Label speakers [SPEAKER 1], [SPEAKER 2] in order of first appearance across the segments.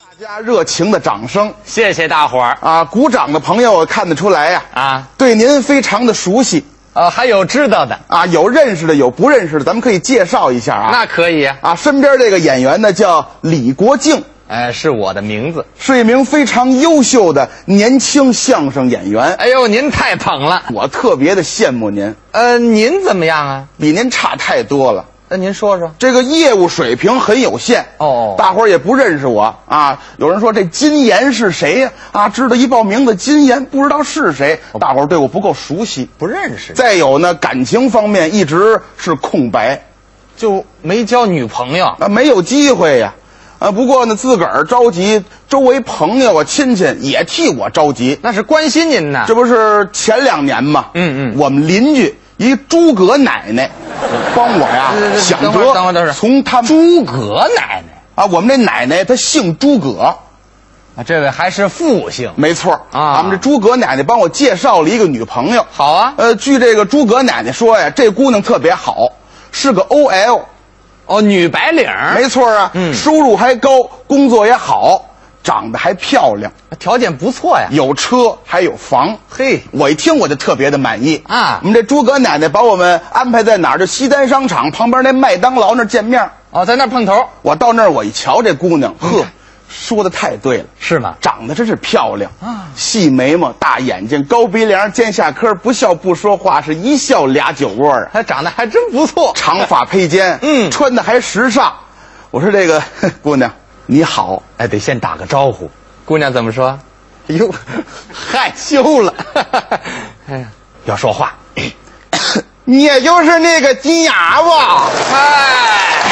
[SPEAKER 1] 大家热情的掌声
[SPEAKER 2] 谢谢大伙儿
[SPEAKER 1] 啊！鼓掌的朋友看得出来呀、
[SPEAKER 2] 啊！
[SPEAKER 1] 对您非常的熟悉
[SPEAKER 2] 呃，还有知道的，
[SPEAKER 1] 啊，有认识的，有不认识的，咱们可以介绍一下啊。
[SPEAKER 2] 那可以啊。
[SPEAKER 1] 啊，身边这个演员呢叫李国庆，
[SPEAKER 2] 呃，是我的名字。
[SPEAKER 1] 是一名非常优秀的年轻相声演员。
[SPEAKER 2] 哎呦，您太捧了。
[SPEAKER 1] 我特别的羡慕您，
[SPEAKER 2] 呃，您怎么样啊？
[SPEAKER 1] 比您差太多了。
[SPEAKER 2] 那、您说说。
[SPEAKER 1] 这个业务水平很有限
[SPEAKER 2] 哦
[SPEAKER 1] 大伙儿也不认识我啊。有人说这金岩是谁呀、啊？知道一报名字金岩，不知道是谁，
[SPEAKER 2] 哦
[SPEAKER 1] 大伙儿对我不够熟悉。
[SPEAKER 2] 不认识，
[SPEAKER 1] 再有呢，感情方面一直是空白，
[SPEAKER 2] 就没交女朋友。
[SPEAKER 1] 啊，没有机会呀、啊，不过呢，自个儿着急，周围朋友啊、亲戚也替我着急。
[SPEAKER 2] 那是关心您呢。
[SPEAKER 1] 这不是前两年吗？
[SPEAKER 2] 嗯嗯
[SPEAKER 1] 我们邻居一诸葛奶奶，帮我呀
[SPEAKER 2] 呃
[SPEAKER 1] 想
[SPEAKER 2] 等会儿等会儿等会
[SPEAKER 1] 辙，
[SPEAKER 2] 儿
[SPEAKER 1] 从他们
[SPEAKER 2] 诸葛奶奶
[SPEAKER 1] 啊，我们这奶奶她姓诸葛，
[SPEAKER 2] 啊，这位还是复姓。
[SPEAKER 1] 没错儿
[SPEAKER 2] 啊
[SPEAKER 1] 俺们这诸葛奶奶帮我介绍了一个女朋友。
[SPEAKER 2] 好啊。
[SPEAKER 1] 呃，据这个诸葛奶奶说呀，这姑娘特别好，是个 OL。
[SPEAKER 2] 哦，女白领儿，
[SPEAKER 1] 没错啊，
[SPEAKER 2] 嗯
[SPEAKER 1] 收入还高，工作也好，长得还漂亮，
[SPEAKER 2] 条件不错呀。
[SPEAKER 1] 有车还有房。
[SPEAKER 2] 嘿，
[SPEAKER 1] 我一听我就特别的满意
[SPEAKER 2] 啊
[SPEAKER 1] 我们这诸葛奶奶把我们安排在哪儿？就西单商场旁边那麦当劳那儿见面。
[SPEAKER 2] 哦，在那儿碰头
[SPEAKER 1] 我到那儿我一瞧，这姑
[SPEAKER 2] 嗯
[SPEAKER 1] 娘，呵，说的太对了，
[SPEAKER 2] 是吗？
[SPEAKER 1] 长得真是漂亮
[SPEAKER 2] 啊
[SPEAKER 1] 细眉毛、大眼睛、高鼻梁、尖下颏，不笑不说话，是一笑俩酒窝啊。
[SPEAKER 2] 她长得还真不错。
[SPEAKER 1] 长发披肩，
[SPEAKER 2] 嗯
[SPEAKER 1] 穿的还时尚。我说这个 呵姑娘你好，
[SPEAKER 2] 哎，得先打个招呼。姑娘怎么说？
[SPEAKER 1] 哎呦，
[SPEAKER 2] 害羞了。 哎呀，要说话。
[SPEAKER 1] 你也就是那个金牙吧？
[SPEAKER 2] 哎，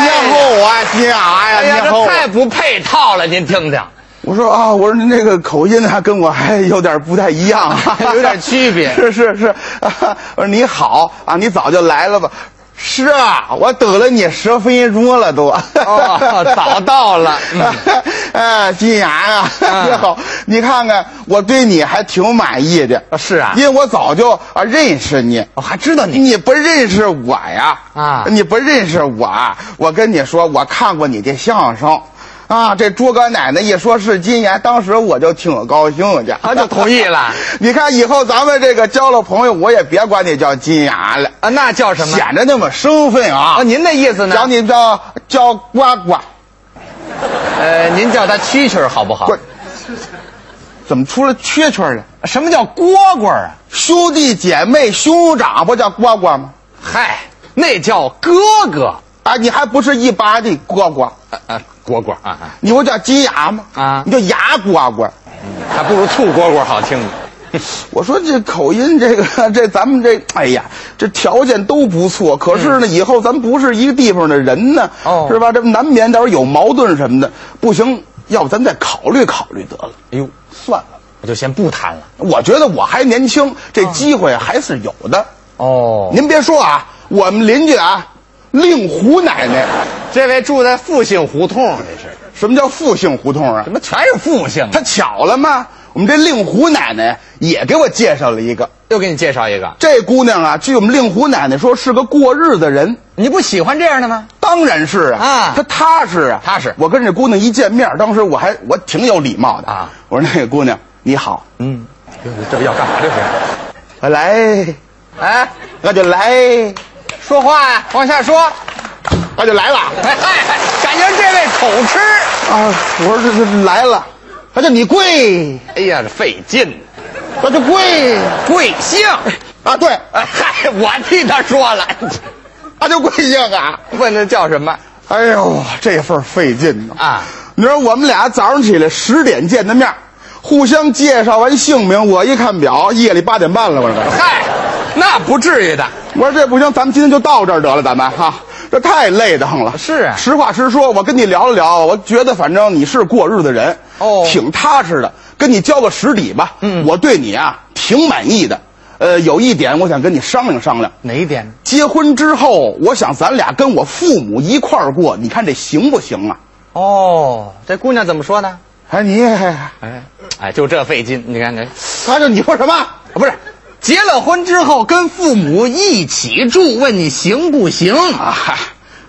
[SPEAKER 1] 你要
[SPEAKER 2] 不，
[SPEAKER 1] 和我啊金牙呀，
[SPEAKER 2] 哎呀，
[SPEAKER 1] 你要和
[SPEAKER 2] 这
[SPEAKER 1] 我。
[SPEAKER 2] 太不配套了，您听听，
[SPEAKER 1] 我说啊，我说您这个口音啊，跟我还有点不太一
[SPEAKER 2] ，
[SPEAKER 1] 样啊
[SPEAKER 2] 有点区别
[SPEAKER 1] 是是是、啊我说你好啊，你早就来了吧？是啊，我等了你十分钟了都。
[SPEAKER 2] 哦 早 到了嗯
[SPEAKER 1] 哎，金牙呀、
[SPEAKER 2] 嗯
[SPEAKER 1] 你好，你看看我对你还挺满意的。
[SPEAKER 2] 啊是啊
[SPEAKER 1] 因为我早就啊认识你。
[SPEAKER 2] 我哦还知道你
[SPEAKER 1] 你不认识我呀？
[SPEAKER 2] 啊
[SPEAKER 1] 你不认识我？我跟你说，我看过你的相声，啊，这诸葛奶奶一说是金岩，当时我就挺高兴的，
[SPEAKER 2] 他就同意了
[SPEAKER 1] 你看以后咱们这个交了朋友，我也别管你叫金牙了，
[SPEAKER 2] 啊，那叫什么？
[SPEAKER 1] 显得那么生分啊
[SPEAKER 2] 啊，。您的意思呢？
[SPEAKER 1] 叫你叫叫呱呱，
[SPEAKER 2] 呃，您叫他蛐蛐儿好不好？
[SPEAKER 1] 呱，怎么出了缺缺了？
[SPEAKER 2] 什么叫蝈蝈啊？
[SPEAKER 1] 兄弟姐妹兄长不叫呱呱吗？
[SPEAKER 2] 嗨，那叫哥哥。
[SPEAKER 1] 啊，你还不是一般的呱呱。
[SPEAKER 2] 啊啊，蝈蝈啊，啊
[SPEAKER 1] 你不叫金牙吗？
[SPEAKER 2] 啊
[SPEAKER 1] 你叫牙呱呱。
[SPEAKER 2] 还不如醋蝈蝈好听呢。
[SPEAKER 1] 我说这口音，这个 这咱们这，哎呀，这条件都不错，可是呢，以后咱不是一个地方的人呢，
[SPEAKER 2] 哦
[SPEAKER 1] 是吧？这难免到时候有矛盾什么的，不行，要不咱再考虑考虑得了，
[SPEAKER 2] 哎呦，
[SPEAKER 1] 算了。
[SPEAKER 2] 我就先不谈了。
[SPEAKER 1] 我觉得我还年轻，这机会还是有的。
[SPEAKER 2] 哦，
[SPEAKER 1] 您别说啊，我们邻居啊，令狐奶奶，
[SPEAKER 2] 这位住在复姓胡同，这是
[SPEAKER 1] 什么叫复姓胡同啊
[SPEAKER 2] 怎？么全是复姓？啊
[SPEAKER 1] 他巧了吗？我们这令狐奶奶也给我介绍了一个。
[SPEAKER 2] 又给你介绍一个，
[SPEAKER 1] 这姑娘啊，据我们令狐奶奶说，是个过日子人。
[SPEAKER 2] 你不喜欢这样的吗？
[SPEAKER 1] 当然是啊，
[SPEAKER 2] 啊
[SPEAKER 1] 她踏实啊，
[SPEAKER 2] 踏实
[SPEAKER 1] 我跟这姑娘一见面，当时我还我挺有礼貌的
[SPEAKER 2] 啊，
[SPEAKER 1] 我说那个姑娘你好，
[SPEAKER 2] 嗯，这要干嘛这是？
[SPEAKER 1] 我来，
[SPEAKER 2] 哎，
[SPEAKER 1] 我就来，
[SPEAKER 2] 说话呀、往下说。
[SPEAKER 1] 我就来 了
[SPEAKER 2] 哎嗨，感情这位口吃。
[SPEAKER 1] 啊！我说这这来了，我就你跪，
[SPEAKER 2] 哎呀，这费劲，
[SPEAKER 1] 我就跪
[SPEAKER 2] 哎贵姓？
[SPEAKER 1] 啊，对，
[SPEAKER 2] 哎嗨，我替他说了，
[SPEAKER 1] 啊就跪下啊！
[SPEAKER 2] 问他叫什么
[SPEAKER 1] 哎呦，这份儿费劲呐！
[SPEAKER 2] 啊？
[SPEAKER 1] 你说我们俩早上起来十点见的面，互相介绍完姓名，我一看表，夜里八点半了，我说。
[SPEAKER 2] 嗨，那不至于的。
[SPEAKER 1] 我说这不行，咱们今天就到这儿得了，咱们哈、这太累得慌了。
[SPEAKER 2] 是啊
[SPEAKER 1] 实话实说，我跟你聊了聊，我觉得反正你是过日子人，
[SPEAKER 2] 哦
[SPEAKER 1] 挺踏实的，跟你交个实底吧。
[SPEAKER 2] 嗯
[SPEAKER 1] 我对你啊挺满意的。呃，有一点我想跟你商量商量，
[SPEAKER 2] 哪一点呢？
[SPEAKER 1] 结婚之后，我想咱俩跟我父母一块儿过，你看这行不行啊？
[SPEAKER 2] 哦，这姑娘怎么说呢？
[SPEAKER 1] 哎，你，
[SPEAKER 2] 哎，哎，就这费劲，你看这，
[SPEAKER 1] 他就你说什么？
[SPEAKER 2] 哦不是结了婚之后跟父母一起住，问你行不行？
[SPEAKER 1] 啊，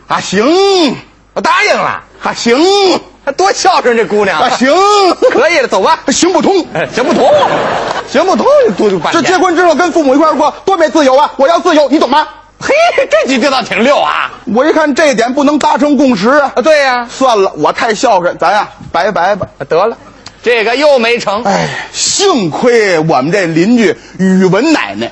[SPEAKER 1] 啊行，
[SPEAKER 2] 我答应了。哎
[SPEAKER 1] 啊行，
[SPEAKER 2] 她多孝顺这姑娘
[SPEAKER 1] 啊，行，
[SPEAKER 2] 可以了，走吧。
[SPEAKER 1] 行不通。
[SPEAKER 2] 哎行不通，行不通，就多就半
[SPEAKER 1] 这
[SPEAKER 2] 年
[SPEAKER 1] 结婚之后跟父母一块儿过，多没自由啊！我要自由，你懂吗？
[SPEAKER 2] 嘿，这句就倒挺溜啊！
[SPEAKER 1] 我一看这一点不能达成共识啊，
[SPEAKER 2] 啊，对呀、啊
[SPEAKER 1] 算了，我太孝顺，咱呀拜拜吧。
[SPEAKER 2] 得了，这个又没成。
[SPEAKER 1] 哎，幸亏我们这邻居宇文奶奶，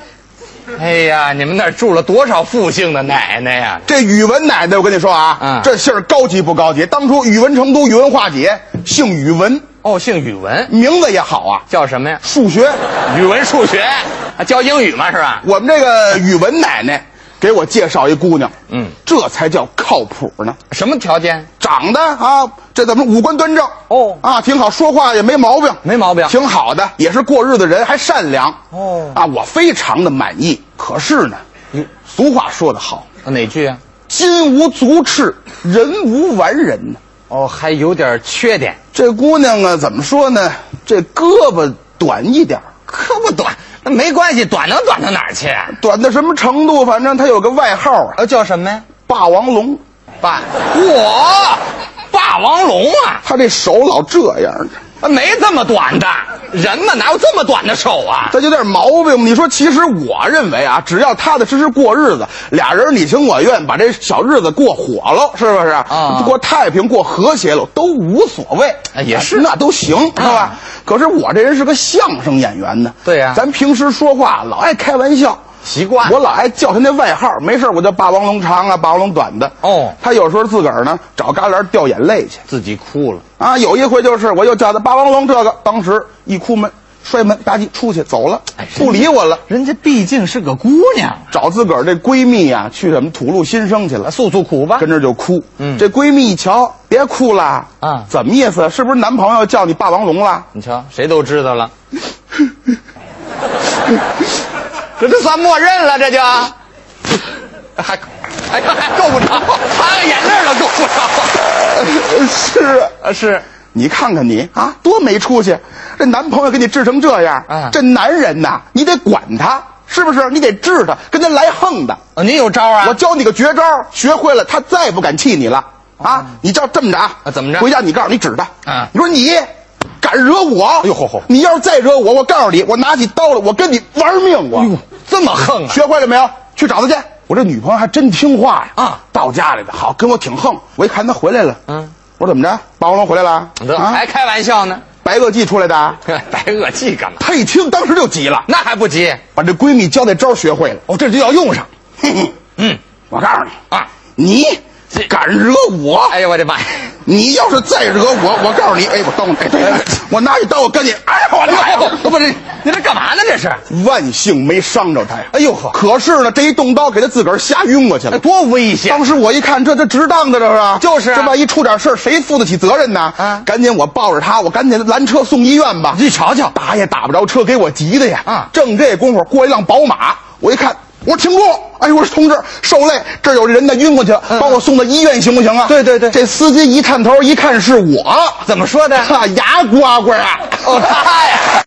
[SPEAKER 2] 哎呀，你们那儿住了多少复姓的奶奶呀？
[SPEAKER 1] 这宇文奶奶，我跟你说啊，
[SPEAKER 2] 嗯
[SPEAKER 1] 这姓儿高级不高级？当初宇文成都宇文化解，姓宇文，
[SPEAKER 2] 哦，姓宇文，
[SPEAKER 1] 名字也好啊。
[SPEAKER 2] 叫什么呀？
[SPEAKER 1] 数学，
[SPEAKER 2] 语文、数学，啊教英语嘛，是吧？
[SPEAKER 1] 我们这个宇文奶奶给我介绍一姑娘，
[SPEAKER 2] 嗯，
[SPEAKER 1] 这才叫靠谱呢。
[SPEAKER 2] 什么条件？
[SPEAKER 1] 长得啊，这怎么五官端正
[SPEAKER 2] 哦
[SPEAKER 1] 啊，挺好，说话也没毛病，
[SPEAKER 2] 没毛病
[SPEAKER 1] 挺好的，也是过日子人，还善良
[SPEAKER 2] 哦
[SPEAKER 1] 啊，我非常的满意。可是呢，俗话说得好，
[SPEAKER 2] 哪句啊？
[SPEAKER 1] 金无足赤，人无完人呢。
[SPEAKER 2] 哦，还有点缺点，
[SPEAKER 1] 这姑娘啊，怎么说呢？这胳膊短一点儿
[SPEAKER 2] 可不短，那没关系，短能短到哪儿去啊？
[SPEAKER 1] 短到什么程度？反正她有个外号啊，
[SPEAKER 2] 呃，叫什么呀？
[SPEAKER 1] 霸王龙。
[SPEAKER 2] 霸，我霸王龙啊，
[SPEAKER 1] 她这手老这样的，
[SPEAKER 2] 没这么短的人嘛，哪有这么短的手啊？
[SPEAKER 1] 这就有点毛病。你说，其实我认为啊，只要踏踏实实过日子，俩人你情我愿，把这小日子过火了，是不是？
[SPEAKER 2] 啊
[SPEAKER 1] 过太平，过和谐了，都无所谓
[SPEAKER 2] 啊。也是啊
[SPEAKER 1] 那都行，是吧？可是我这人是个相声演员呢。
[SPEAKER 2] 对呀
[SPEAKER 1] 咱平时说话老爱开玩笑。
[SPEAKER 2] 习惯
[SPEAKER 1] 我老爱叫他那外号，没事儿我叫霸王龙长啊，霸王龙短的。
[SPEAKER 2] 哦
[SPEAKER 1] 他有时候自个儿呢找旮旯掉眼泪去
[SPEAKER 2] 自己哭了。
[SPEAKER 1] 啊。有一回就是，我就叫他霸王龙这个，当时一哭门摔门吧唧出去走了
[SPEAKER 2] 哎，
[SPEAKER 1] 不理我了。
[SPEAKER 2] 人家毕竟是个姑娘，
[SPEAKER 1] 找自个儿这闺蜜呀、去什么吐露心声去了，
[SPEAKER 2] 诉诉苦吧
[SPEAKER 1] 跟这儿就哭。
[SPEAKER 2] 嗯
[SPEAKER 1] 这闺蜜一瞧，别哭啦，
[SPEAKER 2] 啊
[SPEAKER 1] 怎么意思？是不是男朋友叫你霸王龙啦？
[SPEAKER 2] 你瞧，谁都知 道了，这就算默认了，这就还哎呀还够不着，擦个眼泪都够不着。
[SPEAKER 1] 是啊，
[SPEAKER 2] 呃，是
[SPEAKER 1] 你看看你啊，多没出息！这男朋友给你治成这样，
[SPEAKER 2] 啊
[SPEAKER 1] 这男人呐，你得管他，是不是？你得治他，跟他来横的。
[SPEAKER 2] 呃您有招啊？
[SPEAKER 1] 我教你个绝招，学会了他再也不敢气你了啊！你照这么着啊
[SPEAKER 2] 哦啊怎么着
[SPEAKER 1] 回家你告诉你指他，
[SPEAKER 2] 啊
[SPEAKER 1] 你说你敢惹我？哎
[SPEAKER 2] 呦吼吼
[SPEAKER 1] 你要是再惹我，我告诉你，我拿起刀来，我跟你玩命！我、
[SPEAKER 2] 哟哎这么横啊？
[SPEAKER 1] 学会了没有？去找他去。我这女朋友还真听话呀！
[SPEAKER 2] 啊，
[SPEAKER 1] 到家里了，好跟我挺横。我一看她回来了，
[SPEAKER 2] 嗯，哎
[SPEAKER 1] 我说怎么着？霸王龙回来了？啊
[SPEAKER 2] 这还开玩笑呢？
[SPEAKER 1] 白垩纪出来的啊？
[SPEAKER 2] 白垩纪干嘛？
[SPEAKER 1] 她一听，当时就急了，
[SPEAKER 2] 那还不急？
[SPEAKER 1] 把这闺蜜教那招学会了。
[SPEAKER 2] 哦，这就要用上。
[SPEAKER 1] 嘿嘿，
[SPEAKER 2] 嗯
[SPEAKER 1] 我告诉你，
[SPEAKER 2] 啊，
[SPEAKER 1] 你敢惹我？
[SPEAKER 2] 哎呀，我的妈呀！
[SPEAKER 1] 你要是再惹我，我告诉你，哎，我等会儿，哎，对了，我拿起刀，我跟你，哎呦，我的妈
[SPEAKER 2] 哎
[SPEAKER 1] 呀！
[SPEAKER 2] 呦，不是，你这干嘛呢？这是？
[SPEAKER 1] 万幸没伤着他呀。
[SPEAKER 2] 哎呦呵，
[SPEAKER 1] 可是呢，这一动刀给他自个儿吓晕过去
[SPEAKER 2] 哎
[SPEAKER 1] 了。
[SPEAKER 2] 多危险！
[SPEAKER 1] 当时我一看，这这值当的，这是
[SPEAKER 2] 就是啊
[SPEAKER 1] 这万一出点事儿，谁负得起责任呢？
[SPEAKER 2] 啊
[SPEAKER 1] 赶紧我抱着他，我赶紧拦车送医院吧。
[SPEAKER 2] 你瞧瞧，
[SPEAKER 1] 打也打不着车，给我急的呀！
[SPEAKER 2] 啊
[SPEAKER 1] 正这功夫过一辆宝马，我一看，我说停住！哎呦，我说同志，受累，这儿有人呢，晕过去了，
[SPEAKER 2] 嗯
[SPEAKER 1] 把我送到医院行不行啊？
[SPEAKER 2] 对对对
[SPEAKER 1] 这司机一探头，一看是我，
[SPEAKER 2] 怎么说的？
[SPEAKER 1] 哈，牙呱呱啊！
[SPEAKER 2] 哦，他呀。